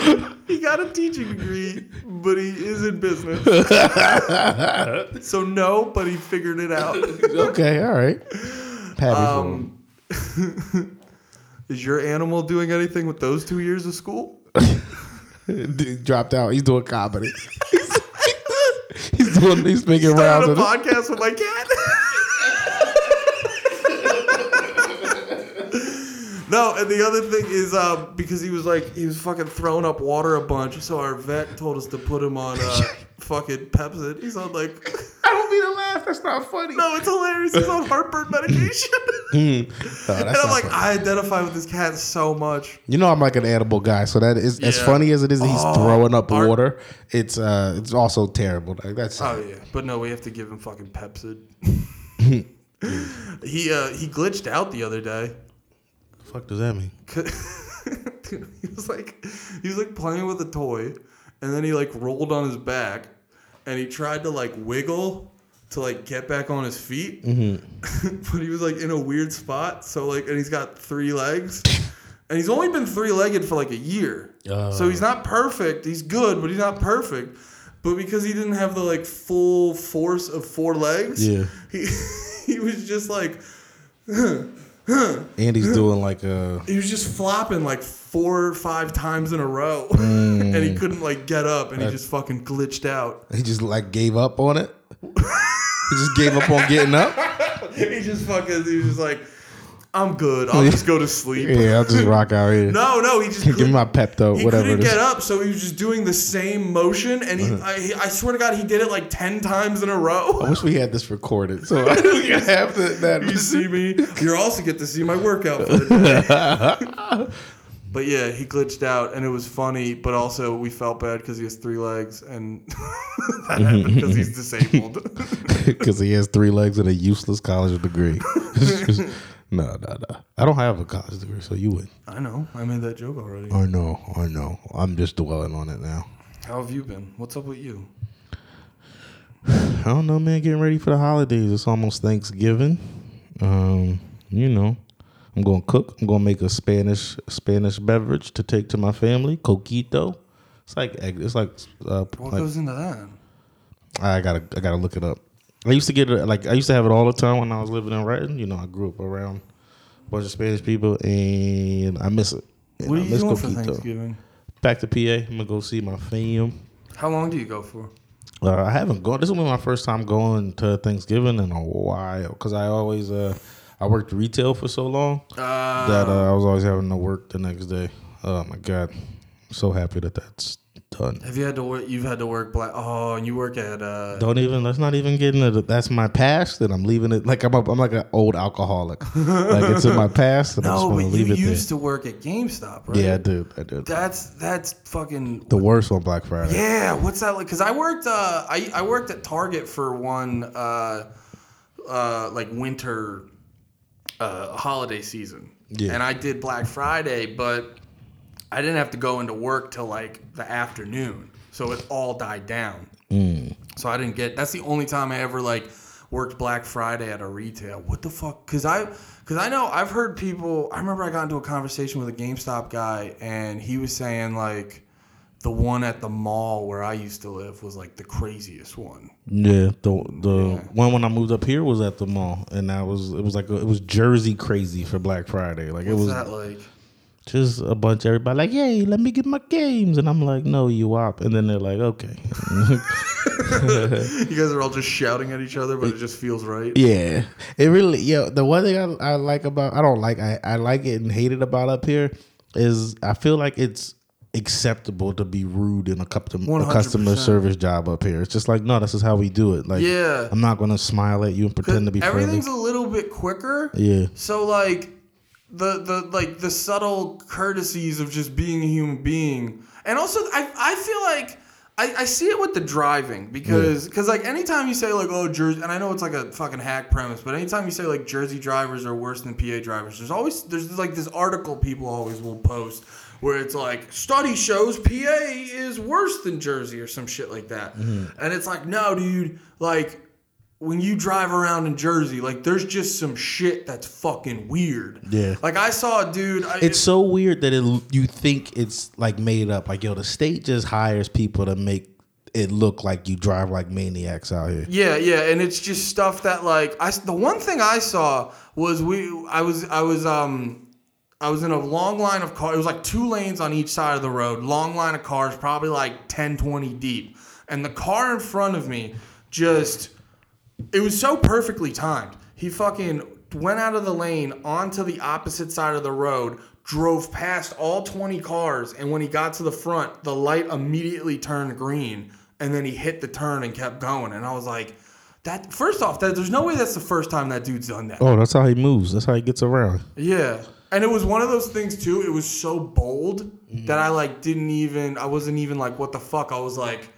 S2: he got a teaching degree, but he is in business. so no, but he figured it out.
S1: Okay. All right. Happy for him.
S2: Um, is your animal doing anything with those two years of school?
S1: Dude dropped out. He's doing comedy. he's doing. He's making
S2: I had
S1: rounds.
S2: a
S1: with-
S2: podcast with my cat. No, and the other thing is uh, because he was like he was fucking throwing up water a bunch, so our vet told us to put him on uh, fucking Pepsid. He's on like,
S1: I don't mean to laugh. That's not funny. Hmm.
S2: no, it's hilarious. He's on heartburn medication,
S1: No,
S2: and
S1: that's
S2: I'm
S1: not
S2: like,
S1: funny.
S2: I identify with this cat so much.
S1: You know I'm like an animal guy, so that is as
S2: Yeah.
S1: funny as it is. that He's
S2: Oh,
S1: throwing up
S2: our-
S1: water. It's uh, it's also terrible. Like that's
S2: Oh yeah, but no, we have to give him fucking Pepsid. he uh, he glitched out the other day.
S1: the fuck does that mean?
S2: Dude, he was like he was like playing with a toy, and then he like rolled on his back, and he tried to like wiggle to like get back on his feet, but he was like in a weird spot. So like, and he's got three legs. And he's only been three legged for like a year. so he's not perfect. He's good, but he's not perfect. But because he didn't have the like full force of four legs,
S1: Yeah.
S2: he, he was just like
S1: Andy's doing like a
S2: he was just flopping like four or five times in a row and
S1: Mm.
S2: he couldn't like get up and he just fucking glitched out
S1: he just like gave up on it. he just gave up on getting up.
S2: he just fucking he was just like i'm good i'll just go to sleep
S1: Yeah, I'll just rock out here.
S2: no no he just
S1: Give me
S2: couldn't-
S1: my Pepto,
S2: he
S1: whatever
S2: couldn't
S1: it is.
S2: get up so he was just doing the same motion and
S1: Uh-huh.
S2: he, I, he, I swear to god he did it like 10 times in a
S1: I
S2: row
S1: wish we had this recorded, so I can have to,
S2: you
S1: that.
S2: see me you also get to see my workout for the day But yeah, he glitched out, and it was funny. But also, we felt bad because he has three legs, and that happened because he's disabled.
S1: Because he has three legs and a useless college degree. no, no, no. I don't have a college degree, so you would.
S2: I know. I made that joke already.
S1: I know, I know. I'm just dwelling on it now.
S2: How have you been? What's up with you?
S1: I don't know, man. Getting ready for the holidays. It's almost Thanksgiving. Um, you know, I'm gonna cook. I'm gonna make a Spanish Spanish beverage to take to my family. Coquito. It's like egg- it's like uh,
S2: What
S1: like
S2: goes into that?
S1: I gotta I gotta look it up. I used to get it like I used to have it all the time when I was living in Renton. You know, I grew up around a bunch of Spanish people, and I miss it. And
S2: What
S1: I
S2: are you
S1: miss
S2: doing for Thanksgiving?
S1: Back to PA. I'm gonna go see my fam.
S2: How long do you go for?
S1: Uh, I haven't gone. This will be my first time going to Thanksgiving in a while because I always uh I worked retail for so long
S2: Uh,
S1: that uh, I was always having to work the next day. Oh my god, I'm so happy that that's done.
S2: have you had to work? You've had to work black. Oh, and you work at. Uh,
S1: Don't even. Let's not even get into. The, that's my past, and I'm leaving it. Like I'm. A, I'm like an old alcoholic. like it's in my past, and I just
S2: no,
S1: want
S2: but
S1: to
S2: you
S1: leave it
S2: used
S1: there.
S2: to work at GameStop, right?
S1: Yeah, I did. I did.
S2: That's that's fucking.
S1: the worst on Black Friday.
S2: Yeah, what's that like? Because I worked, uh, I I worked at Target for one, uh, uh, like winter, uh, holiday season.
S1: Yeah.
S2: And I did Black Friday, but I didn't have to go into work till like the afternoon, so it all died down. So I didn't get. That's the only time I ever like worked Black Friday at a retail. What the fuck? Because I because I know I've heard people. I remember I got into a conversation with a GameStop guy, and he was saying like the one at the mall where I used to live was like the craziest one.
S1: Yeah, the the one when I moved up here was at the mall, and that was it was like it was Jersey crazy for Black Friday. Like it
S2: What's
S1: was
S2: that like?
S1: just a bunch of everybody like, "Hey, let me get my games," and I'm like, "No, you op," and then they're like, "Okay."
S2: You guys are all just shouting at each other, but it just feels right.
S1: yeah, it really. Yo, the one thing I, I like about I don't like I I like it and hate it about up here is I feel like it's acceptable to be rude in a, cup- a customer
S2: 100%.
S1: service job up here. It's just like, no, this is how we do it. Like,
S2: Yeah.
S1: I'm not gonna smile at you and pretend to be friendly.
S2: Everything's a little bit quicker.
S1: Yeah.
S2: So like the the like the subtle courtesies of just being a human being. And also I I feel like I, I see it with the driving because because like anytime you say like oh Jersey and I know it's like a fucking hack premise but anytime you say like Jersey drivers are worse than PA drivers there's always there's like this article people always will post where it's like study shows PA is worse than Jersey or some shit like that and it's like no dude like when you drive around in Jersey, like there's just some shit that's fucking weird.
S1: Yeah.
S2: Like I saw a dude. I,
S1: It's so weird that it you think it's like made up. Like yo, the state just hires people to make it look like you drive like maniacs out here.
S2: yeah, yeah, and it's just stuff that like I. s- The one thing I saw was we. I was. I was. Um. I was in a long line of cars. It was like two lanes on each side of the road, long line of cars, probably like 10, 20 deep. And the car in front of me just, it was so perfectly timed. He fucking went out of the lane onto the opposite side of the road, drove past all 20 cars. And when he got to the front, the light immediately turned green. And then he hit the turn and kept going. And I was like, that, first off, that, there's no way that's the first time that dude's done that.
S1: Oh, that's how he moves. That's how he gets around.
S2: Yeah. And it was one of those things too. It was so bold that I like didn't even I wasn't even like what the fuck. I was like,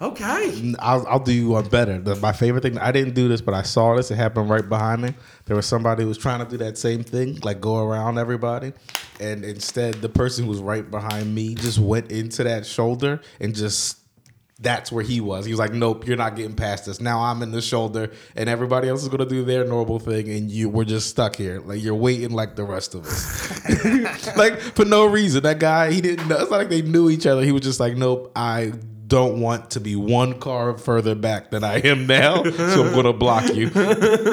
S2: okay.
S1: I'll, I'll do you one better. The, my favorite thing. I didn't do this, but I saw this. It happened right behind me. There was somebody who was trying to do that same thing, like go around everybody, and instead the person who was right behind me just went into that shoulder and just. That's where he was. He was like, "Nope, you're not getting past us." Now I'm in the shoulder, and everybody else is gonna do their normal thing, and you we're just stuck here. Like you're waiting, like the rest of us, like for no reason. That guy, he didn't. know. It's not like they knew each other. He was just like, "Nope, I don't want to be one car further back than I am now, so I'm gonna block you.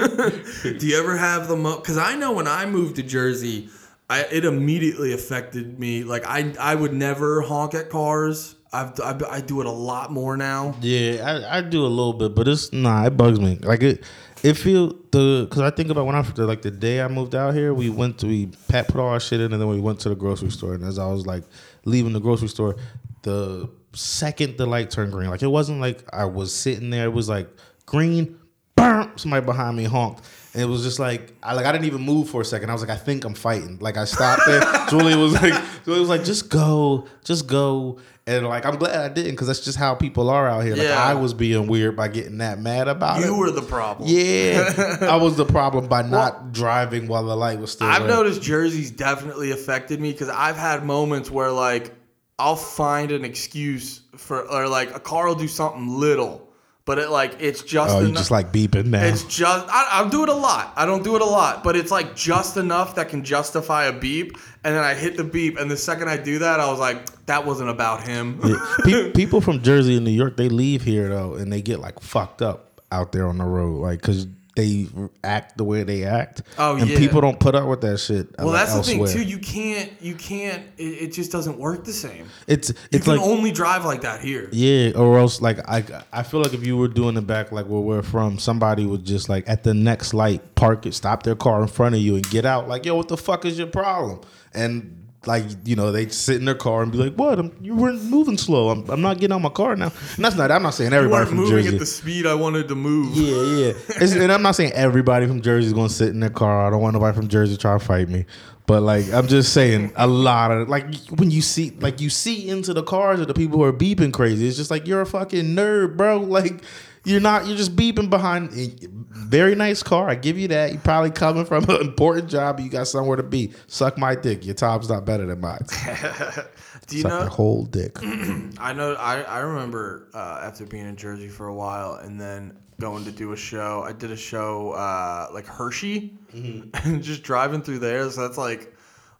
S2: Do you ever have the mo? Because I know when I moved to Jersey, I it immediately affected me. Like I I would never honk at cars. I've, I've I do it a lot more now.
S1: Yeah, I, I do a little bit, but it's nah, it bugs me. Like it, it feel the because I think about when I like the day I moved out here, we went to we pat put all our shit in, and then we went to the grocery store. And as I was like leaving the grocery store, the second the light turned green, like it wasn't like I was sitting there. It was like green, bam, somebody behind me honked. And it was just like I like I didn't even move for a second. I was like, I think I'm fighting. Like I stopped there. Julie was like, Julie was like, just go, just go. And like I'm glad I didn't because that's just how people are out here. Like
S2: Yeah.
S1: I was being weird by getting that mad about
S2: You
S1: it.
S2: were the problem.
S1: yeah, I was the problem by not driving while the light was still.
S2: I've
S1: red.
S2: noticed Jersey's definitely affected me because I've had moments where like I'll find an excuse for or like a car will do something little, but it like it's just
S1: Oh, you
S2: enough.
S1: just like beeping now.
S2: it's just I, I do it a lot. I don't do it a lot, but it's like just enough that can justify a beep. And then I hit the beep, and the second I do that, I was like, that wasn't about him.
S1: Pe- people from Jersey and New York, they leave here though, and they get like fucked up out there on the road, like because they act the way they act.
S2: Oh,
S1: and
S2: yeah.
S1: people don't put up with that shit.
S2: well, that's the thing too. You can't. You can't. It, it just doesn't work the same.
S1: It's
S2: You
S1: it's
S2: can
S1: like
S2: only drive like that here.
S1: yeah, or else like I I feel like if you were doing it back like where we're from, somebody would just like at the next light park it, stop their car in front of you, and get out. Like yo, what the fuck is your problem? And like you know, they sit in their car and be like, "What? I'm, you weren't moving slow. I'm, I'm not getting out my car now." And that's not. I'm not saying
S2: You
S1: everybody
S2: weren't
S1: from
S2: moving
S1: Jersey.
S2: at the speed I wanted to move.
S1: Yeah, yeah. It's, and I'm not saying everybody from Jersey is going to sit in their car. I don't want nobody from Jersey to try to fight me. But like, I'm just saying, a lot of like when you see like you see into the cars of the people who are beeping crazy. It's just like you're a fucking nerd, bro. Like. You're not. You're just beeping behind. eh, Very nice car. I give you that. You're probably coming from an important job. You got somewhere to be. Suck my dick. Your top's not better than mine. Suck
S2: Do you know?
S1: your whole dick.
S2: I know. I, I remember uh, after being in Jersey for a while and then going to do a show. I did a show uh, like Hershey and just driving through there. So that's like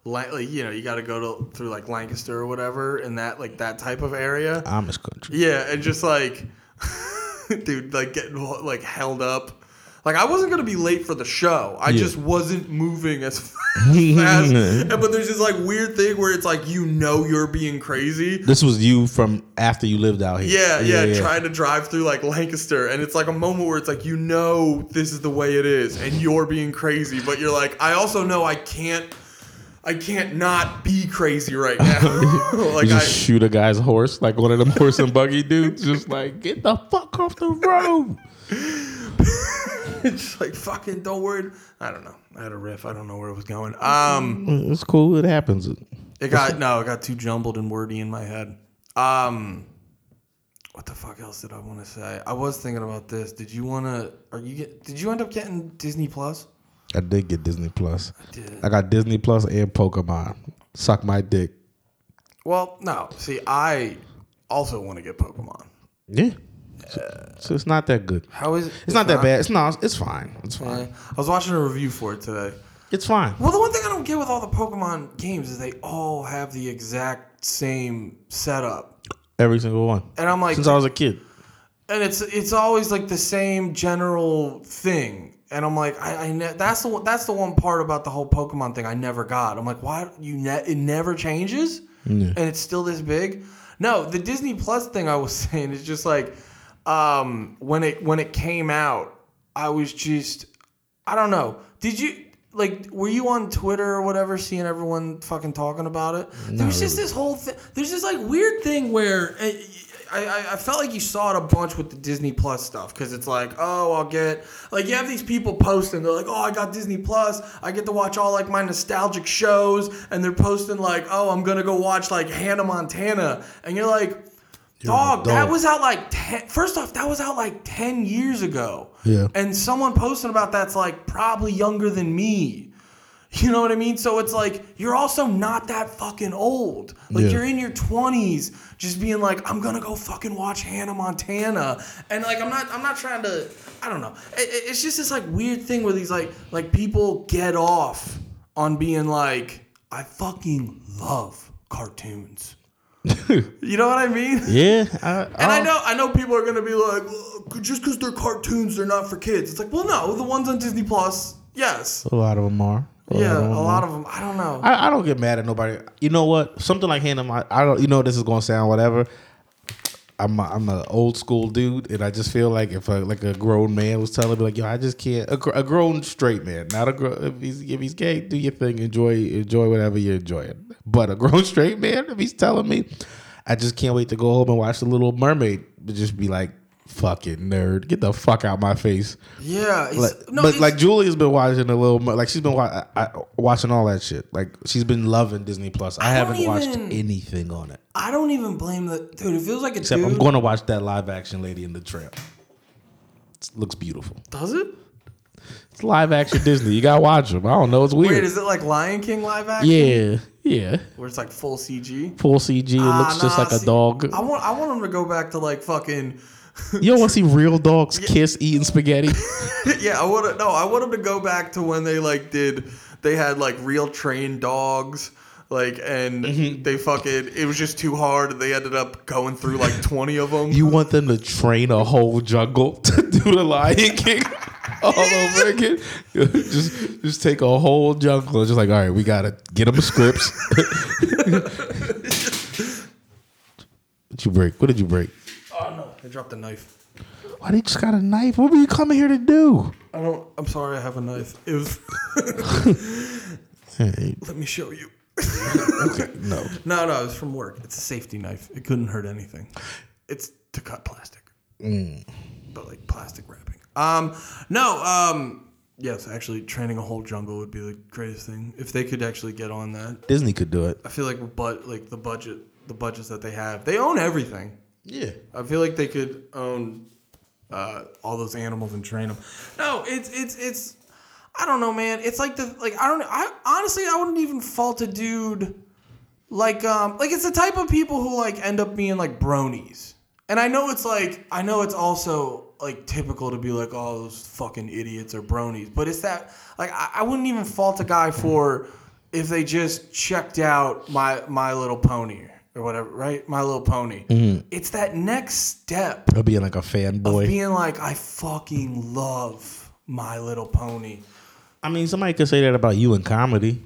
S2: like, like, you know, you got to go to through like Lancaster or whatever, and that like that type of area.
S1: Amish country.
S2: Yeah, and just like, dude, like getting like held up. Like I wasn't gonna be late for the show. I
S1: Yeah.
S2: just wasn't moving as fast. And- but there's this like weird thing where it's like you know you're being crazy.
S1: This was you from after you lived out here.
S2: Yeah, yeah, trying to drive through like Lancaster, and it's like a moment where it's like you know this is the way it is, and you're being crazy, but you're like, I also know I can't, I can't not be crazy right now. like
S1: you
S2: I,
S1: just shoot a guy's horse, like one of them horse and buggy dudes, just like get the fuck off the road.
S2: it's like fucking don't worry. I don't know. I had a riff. I don't know where it was going. Um,
S1: It's cool. It happens.
S2: it got no, it got too jumbled and wordy in my head. Um. What the fuck else did I want to say? I was thinking about this. Did you want to? Are you? Get, did you end up getting Disney Plus?
S1: I did get Disney Plus.
S2: did.
S1: I got Disney Plus and Pokemon. Suck my dick.
S2: Well, no. See, I also want to get Pokemon.
S1: Yeah. So, so it's not that good.
S2: How is it?
S1: It's not that bad. It's no. It's fine. It's fine.
S2: I was watching a review for it today.
S1: It's fine.
S2: Well, the one thing I don't get with all the Pokemon games is they all have the exact same setup,
S1: Every single one.
S2: and I'm like,
S1: Since I was a kid.
S2: and it's it's always like the same general thing. And I'm like, I, I ne- that's the one, that's the one part about the whole Pokemon thing I never got. I'm like, why you ne- it never changes, and it's still this big. No, the Disney Plus thing I was saying is just like um, when it when it came out, I was just I don't know. Did you like were you on Twitter or whatever seeing everyone fucking talking about it? There's just this whole thing. There's this like weird thing where uh, I, I I felt like you saw it a bunch with the Disney Plus stuff because it's like oh I'll get like you have these people posting they're like oh I got Disney Plus I get to watch all like my nostalgic shows and they're posting like oh I'm gonna go watch like Hannah Montana and you're like. Dog, that
S1: dog.
S2: was out like ten. First off, that was out like ten years ago.
S1: Yeah.
S2: And someone posting about that's like probably younger than me. You know what I mean? So it's like you're also not that fucking old. Like
S1: Yeah.
S2: you're in your 20s just being like I'm going to go fucking watch Hannah Montana and like I'm not I'm not trying to I don't know. I- I- it's just this like weird thing where these like like people get off on being like I fucking love cartoons. you know what I mean?
S1: Yeah. I, and
S2: And I know, I know people are gonna be like, "Ugh, just because they're cartoons, they're not for kids. It's like, well, no, the ones on Disney Plus, yes,
S1: A lot of them are.
S2: yeah, a
S1: of 'em
S2: lot of them. I don't know.
S1: Uh-huh. I, I don't get mad at nobody. You know what? Something like Hannah, Mon- I don't. You know this is gonna sound whatever. I'm a, I'm an old school dude, and I just feel like if a, like a grown man was telling me like, yo, I just can't. A, gr- a grown straight man, not a grown. If he's if he's gay, do your thing. Enjoy enjoy whatever you're enjoying. But a grown straight man, if he's telling me, I just can't wait to go home and watch the Little Mermaid, but just be like, fucking nerd, get the fuck out my face.
S2: yeah, it's-
S1: Like,
S2: no,
S1: but
S2: it's-
S1: like Julia's been watching a little, mo- like she's been wa- I, I- watching all that shit. Like she's been loving Disney Plus. I,
S2: I don't
S1: haven't watched
S2: even-
S1: anything on it
S2: I don't even blame the dude. It feels like a
S1: except
S2: dude.
S1: I'm going to watch that live action Lady in the Tramp. It looks beautiful.
S2: Does it?
S1: It's live action Disney. You gotta watch them. I don't know. It's weird.
S2: Wait, is it like Lion King live action?
S1: yeah, yeah.
S2: where it's like full CG.
S1: Full CG. It
S2: Ah,
S1: looks just
S2: nah,
S1: like a
S2: see,
S1: dog.
S2: I want, I want them to go back to like fucking.
S1: You don't want to see real dogs kiss eating spaghetti.
S2: yeah, I want to. No, I want them to go back to when they like did. They had like real trained dogs, like, and they fucking. It was just too hard, and they ended up going through like twenty of them.
S1: You want them to train a whole jungle to do the Lion King all over again? just, just take a whole jungle. and Just like, all right, we gotta get them scripts. what you break? What did you break?
S2: oh no! They dropped a knife.
S1: Why they just got a knife? What were you coming here to do?
S2: I don't. I'm sorry. I have a knife. It was.
S1: Hey,
S2: let me show you.
S1: no,
S2: No, no, it's from work. It's a safety knife. It couldn't hurt anything. It's to cut plastic. But like plastic wrapping. Um, no, um, yes, actually, training a whole jungle would be the greatest thing if they could actually get on that.
S1: Disney could do it.
S2: I feel like, but like the budget, the budgets that they have, they own everything.
S1: Yeah,
S2: I feel like they could own uh, all those animals and train them. No, it's it's it's. I don't know, man. It's like the like I don't. I honestly, I wouldn't even fault a dude. Like um, like it's the type of people who like end up being like bronies. And I know it's like I know it's also like typical to be like, oh, those fucking idiots are bronies. But it's that like I, I wouldn't even fault a guy for if they just checked out my My Little Pony or whatever, right? My Little Pony. It's that next step
S1: I'll be like a fanboy.
S2: being like, I fucking love My Little Pony.
S1: I mean, somebody could say that about you in comedy.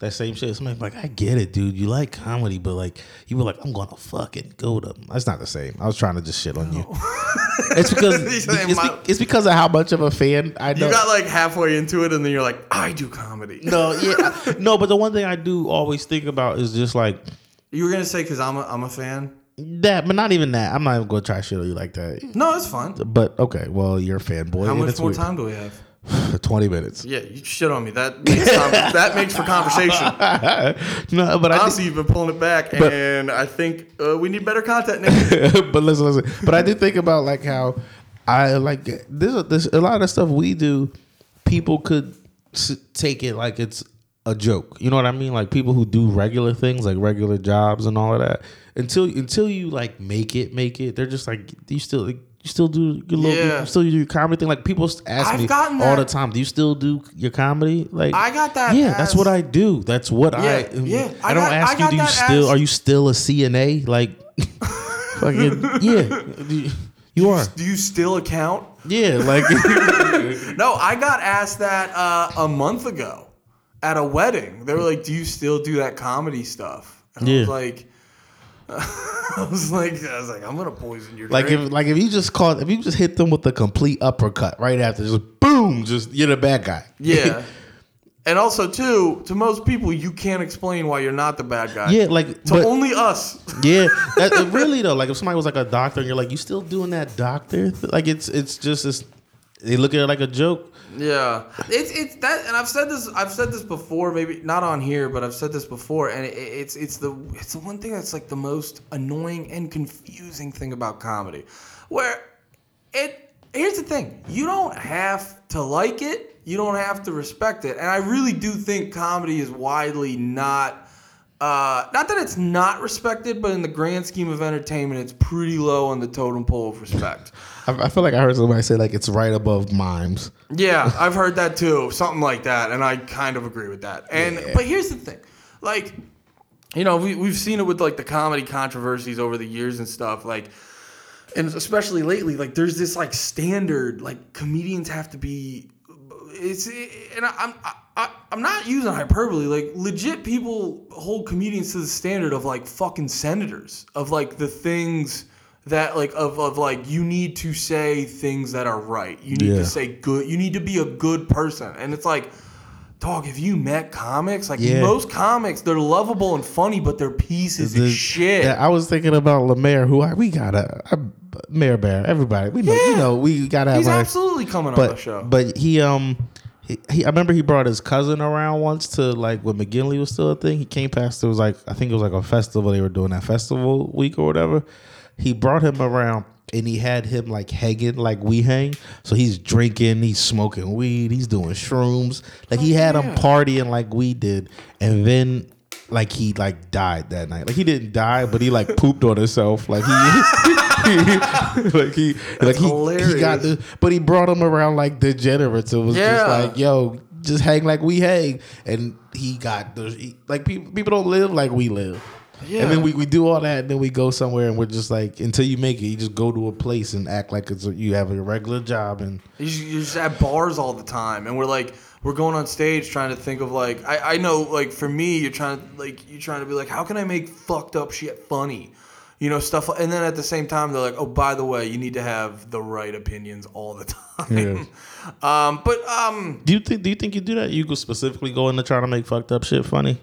S1: That same shit. Somebody's like, I get it, dude. You like comedy, but like, you were like, I'm gonna fucking go to. That's not the same. I was trying to just shit on you. it's because
S2: He's
S1: it's,
S2: saying
S1: be-
S2: my-
S1: it's because of how much of a fan I know.
S2: You got like halfway into it, and then you're like, I do comedy.
S1: no, yeah, no. But the one thing I do always think about is just like
S2: You were gonna say because I'm a, I'm a fan.
S1: that, but not even that. I'm not even gonna try shit on you like that.
S2: No, it's fine.
S1: But okay, well, you're a fanboy.
S2: How
S1: and
S2: much
S1: it's
S2: more
S1: weird.
S2: time do we have?
S1: Twenty minutes.
S2: Yeah, you shit on me. That makes com- that makes for conversation.
S1: no, but I.
S2: Honestly, you've been pulling it back, and I think uh, we need better content. Nick.
S1: but listen, listen. But I do think about like how I like this. This a lot of the stuff we do. People could s- take it like it's a joke. You know what I mean? Like people who do regular things, like regular jobs and all of that. Until until you like make it, make it. They're just like you still. Like, you still do your little,
S2: Yeah.
S1: you still do your comedy thing. Like people ask
S2: I've
S1: me
S2: gotten
S1: all the
S2: that.
S1: time, do you still do your comedy? Like
S2: I got that
S1: Yeah, that's
S2: asked.
S1: what I do. That's what I.
S2: Yeah, yeah.
S1: I,
S2: I
S1: don't
S2: got- I
S1: ask you.
S2: got
S1: Do you
S2: that
S1: still?
S2: asked.
S1: Are you still a CNA? Like, Fucking yeah, you- you are.
S2: do you still account?
S1: Yeah, like
S2: No, I got asked that uh, a month ago at a wedding. They were like, "Do you still do that comedy stuff?" And I
S1: Yeah.
S2: was like, I was like, I was like, I'm gonna poison your
S1: like
S2: drink.
S1: if like if you just caught if you just hit them with a complete uppercut right after, just boom, just you're the bad guy.
S2: yeah. And also, too, to most people, you can't explain why you're not the bad guy.
S1: Yeah, like
S2: To
S1: but,
S2: only us.
S1: yeah, that, it really though. Like if somebody was like a doctor and you're like, you still doing that doctor? th-" Like it's it's just it's, they look at it like a joke.
S2: Yeah, it's it's that, and I've said this. I've said this before, maybe not on here, but I've said this before, and it, it's it's the it's the one thing that's like the most annoying and confusing thing about comedy, where it here's the thing: you don't have to like it, you don't have to respect it, and I really do think comedy is widely not. Uh, not that it's not respected, but in the grand scheme of entertainment, it's pretty low on the totem pole of respect.
S1: I, I feel like I heard somebody say like it's right above mimes.
S2: Yeah, I've heard that too, something like that, and I kind of agree with that. And but here's the thing, like, you know, we we've seen it with like the comedy controversies over the years and stuff, like, and especially lately, like, there's this like standard, like, comedians have to be, it's, and I, I'm. I, I, I'm not using hyperbole. Like legit, people hold comedians to the standard of like fucking senators, of like the things that like of of like you need to say things that are right. You need
S1: Yeah.
S2: to say good. You need to be a good person. And it's like, dog, if you met comics, like
S1: Yeah.
S2: most comics, they're lovable and funny, but they're pieces
S1: The-
S2: of shit.
S1: yeah, I was thinking about Lemaire, who I, we gotta I, Mayor Bear, everybody. We know you
S2: Yeah.
S1: know we gotta have
S2: He's
S1: our-
S2: absolutely coming on
S1: but
S2: the show.
S1: but he um he, he I remember he brought his cousin around once to like when McGinley was still a thing. He came past it was like I think it was like a festival they were doing that festival week or whatever. He brought him around and he had him like hanging like we hang. So he's drinking, he's smoking weed, he's doing shrooms. Like
S2: Oh,
S1: he had him partying like we did, and then. Like he like died that night. Like he didn't die, but he like pooped on himself. Like he, like he, like he, he got
S2: hilarious.
S1: the but he brought him around like degenerates. It was just
S2: Yeah.
S1: like, yo, just hang like we hang. And he got the he, like people people don't live like we live.
S2: Yeah.
S1: And then we, we do all that, and then we go somewhere, and we're just like, until you make it, you just go to a place and act like it's a, you have a regular job, and
S2: You just- You're just at bars all the time, and we're like, we're going on stage trying to think of like, I, I know like for me, you're trying to like, you're trying to be like, how can I make fucked up shit funny, you know stuff, li- and then at the same time they're like, oh by the way, you need to have the right opinions all the time, um, but um,
S1: do you think do you think you do that? You go specifically go into trying to make fucked up shit funny.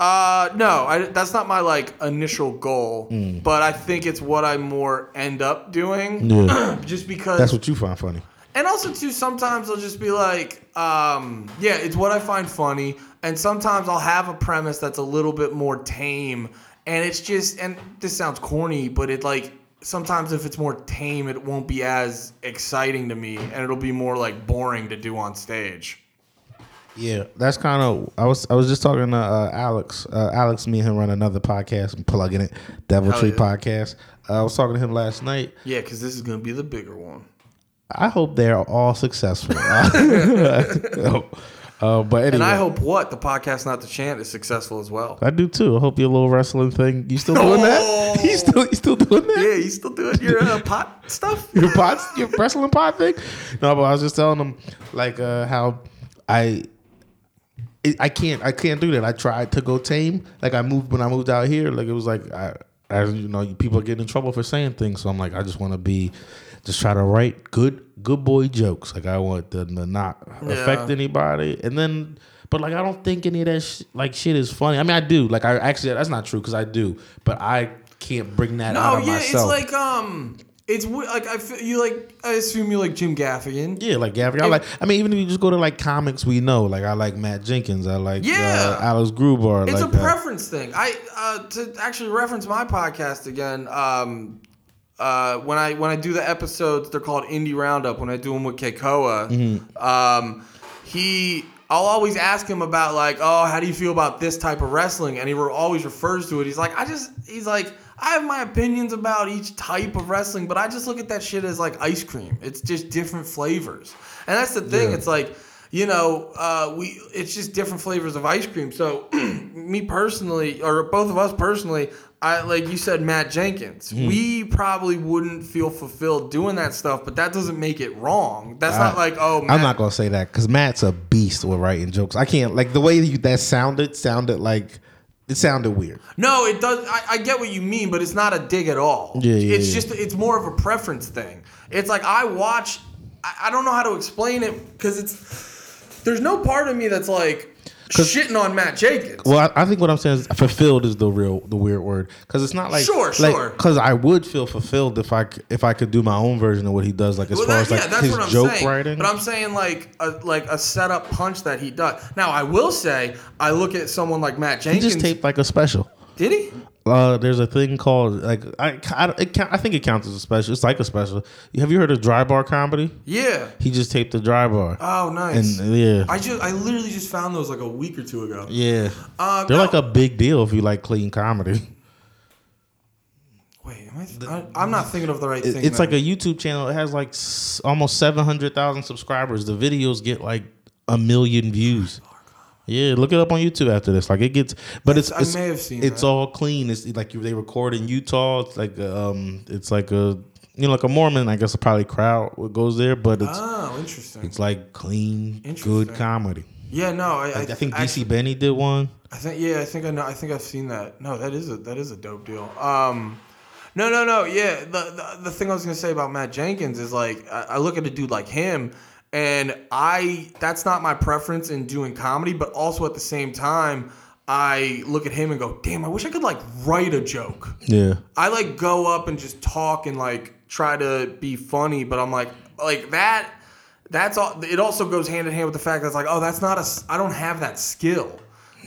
S2: uh, no, I, that's not my like initial goal,
S1: Hmm.
S2: but I think it's what I more end up doing,
S1: Yeah.
S2: just because
S1: That's what you find funny.
S2: And also too, sometimes I'll just be like, um, yeah, it's what I find funny. And sometimes I'll have a premise that's a little bit more tame. And it's just and this sounds corny, but it like sometimes if it's more tame, it won't be as exciting to me and it'll be more like boring to do on stage.
S1: Yeah, that's kind of. I was I was just talking to uh, Alex. Uh, Alex, me and him run another podcast. I'm plugging it, Devil
S2: Hell
S1: Tree
S2: yeah.
S1: Podcast. Uh, I was talking to him last night.
S2: Yeah, because this is gonna be the bigger one.
S1: I hope they're all successful. I hope- Uh, but anyway,
S2: And I hope what the podcast not to chant is successful as well.
S1: I do too. I hope your little wrestling thing. You still doing
S2: No.
S1: that? You still you still doing that?
S2: Yeah, you still doing your uh, pot stuff?
S1: your pot, your wrestling pot thing. No, but I was just telling them like uh, how I. it- I can't. I can't do that. I tried to go tame. Like I moved when I moved out here. Like it was like I, I you know, people are getting in trouble for saying things. So I'm like, I just want to be, just try to write good, good boy jokes. Like I want them to not affect
S2: Yeah.
S1: anybody. And then, but like I don't think any of that sh- like shit is funny. I mean, I do. Like I actually, that's not true because I do. But I can't bring that out
S2: No,
S1: of
S2: Oh, yeah,
S1: myself.
S2: it's like um, it's w- like I feel you like I assume you like Jim Gaffigan.
S1: Yeah, like Gavin. I like. I mean, even if you just go to like comics, we know. Like, I like Matt Jenkins. I like
S2: Yeah.
S1: uh, Alex Grubar.
S2: It's
S1: like
S2: a
S1: that.
S2: preference thing. I uh, to actually reference my podcast again. Um, uh, when I when I do the episodes, they're called Indie Roundup. When I do them with Keikoa,
S1: Mm-hmm.
S2: um, he I'll always ask him about like, oh, how do you feel about this type of wrestling? And he re- always refers to it. He's like, I just he's like. I have my opinions about each type of wrestling, but I just look at that shit as like ice cream. It's just different flavors. And that's the thing. It's like you know, uh, we it's just different flavors of ice cream. So, me personally, or both of us personally, I like you said, Matt Jenkins.
S1: Hmm.
S2: We probably wouldn't feel fulfilled doing that stuff, but that doesn't make it wrong. That's not like oh, Matt,
S1: Ah. I'm not gonna say that because Matt's a beast with writing jokes. I can't like the way that, you, that sounded. Sounded like it sounded weird.
S2: No, it does. I, I get what you mean, but it's not a dig at all.
S1: Yeah, yeah,
S2: It's
S1: yeah.
S2: just it's more of a preference thing. It's like I watch. I, I don't know how to explain it because it's there's no part of me that's like shitting on Matt Jenkins.
S1: Well, I, I think what I'm saying is fulfilled is the real the weird word because it's not like
S2: Sure,
S1: like,
S2: sure.
S1: Because I would feel fulfilled if I c- if I could do my own version of what he does. Like as
S2: Well,
S1: far
S2: that-
S1: as like
S2: yeah, that's
S1: his
S2: what I'm
S1: joke
S2: saying.
S1: writing.
S2: But I'm saying like a, like a setup punch that he does. Now I will say I look at someone like Matt
S1: he
S2: Jenkins.
S1: just taped like a special.
S2: did he?
S1: Uh, there's a thing called like I I, it, count- I think it counts as a special. It's like a special. Have you heard of dry bar comedy?
S2: Yeah.
S1: He just taped the dry bar.
S2: Oh,
S1: and
S2: nice.
S1: yeah,
S2: I just I literally just found those like a week or two ago.
S1: yeah,
S2: Uh,
S1: they're
S2: no.
S1: like a big deal if you like clean comedy.
S2: Wait, am I th- I, am not thinking of the right
S1: It-
S2: thing.
S1: It's
S2: then.
S1: like a YouTube channel. It has like s- almost seven hundred thousand subscribers. The videos get like a million views. Yeah, look it up on YouTube after this. Like it gets, but it's,
S2: I
S1: it's
S2: may have seen
S1: it's
S2: that.
S1: all clean. It's like you, they record in Utah. It's like um, it's like a you know like a Mormon, I guess, probably crowd what goes there. But it's
S2: oh, interesting.
S1: it's like clean,
S2: Interesting.
S1: good comedy.
S2: Yeah, no, I, I,
S1: I think DC
S2: actually-
S1: Benny did one.
S2: I think yeah, I think I know. I think I've seen that. No, that is a that is a dope deal. Um, no, no, no. Yeah, the the, the thing I was gonna say about Matt Jenkins is like I, I look at a dude like him, and I that's not my preference in doing comedy, but also at the same time. I look at him and go, damn, I wish I could like write a joke.
S1: Yeah.
S2: I like go up and just talk and like try to be funny, but I'm like like that. That's all. It also goes hand in hand with the fact that it's like, oh, that's not a. s- I don't have that skill,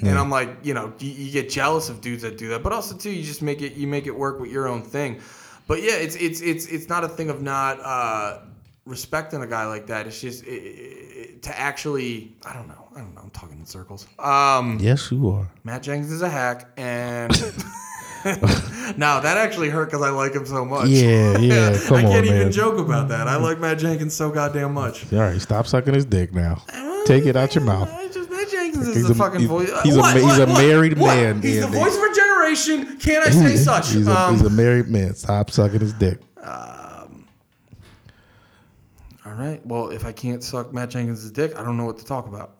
S2: and I'm like, you know, you, you get jealous of dudes that do that, but also too, you just make it. You make it work with your own thing, but yeah, it's it's it's it's not a thing of not uh, respecting a guy like that. It's just it, it, it- to actually, I don't know, I don't know. I'm talking in circles. Um,
S1: Yes, you are.
S2: Matt Jenkins is a hack, and now that actually hurt because I like him so much.
S1: Yeah, yeah,
S2: I
S1: come
S2: can't
S1: on,
S2: even
S1: man.
S2: joke about that. I like Matt Jenkins so goddamn much.
S1: All right, stop sucking his dick now. Take it out your mouth.
S2: I just- Matt Jenkins is
S1: He's
S2: the
S1: a-
S2: fucking
S1: he's-
S2: voice.
S1: he's a
S2: What,
S1: ma- he's
S2: what,
S1: a
S2: what,
S1: married
S2: what?
S1: man,
S2: He's the
S1: Andy.
S2: voice of a generation. Can I say such?
S1: He's a,
S2: um,
S1: he's a married man. Stop sucking his dick.
S2: all right. Well, if I can't suck Matt Jenkins' dick, I don't know what to talk about.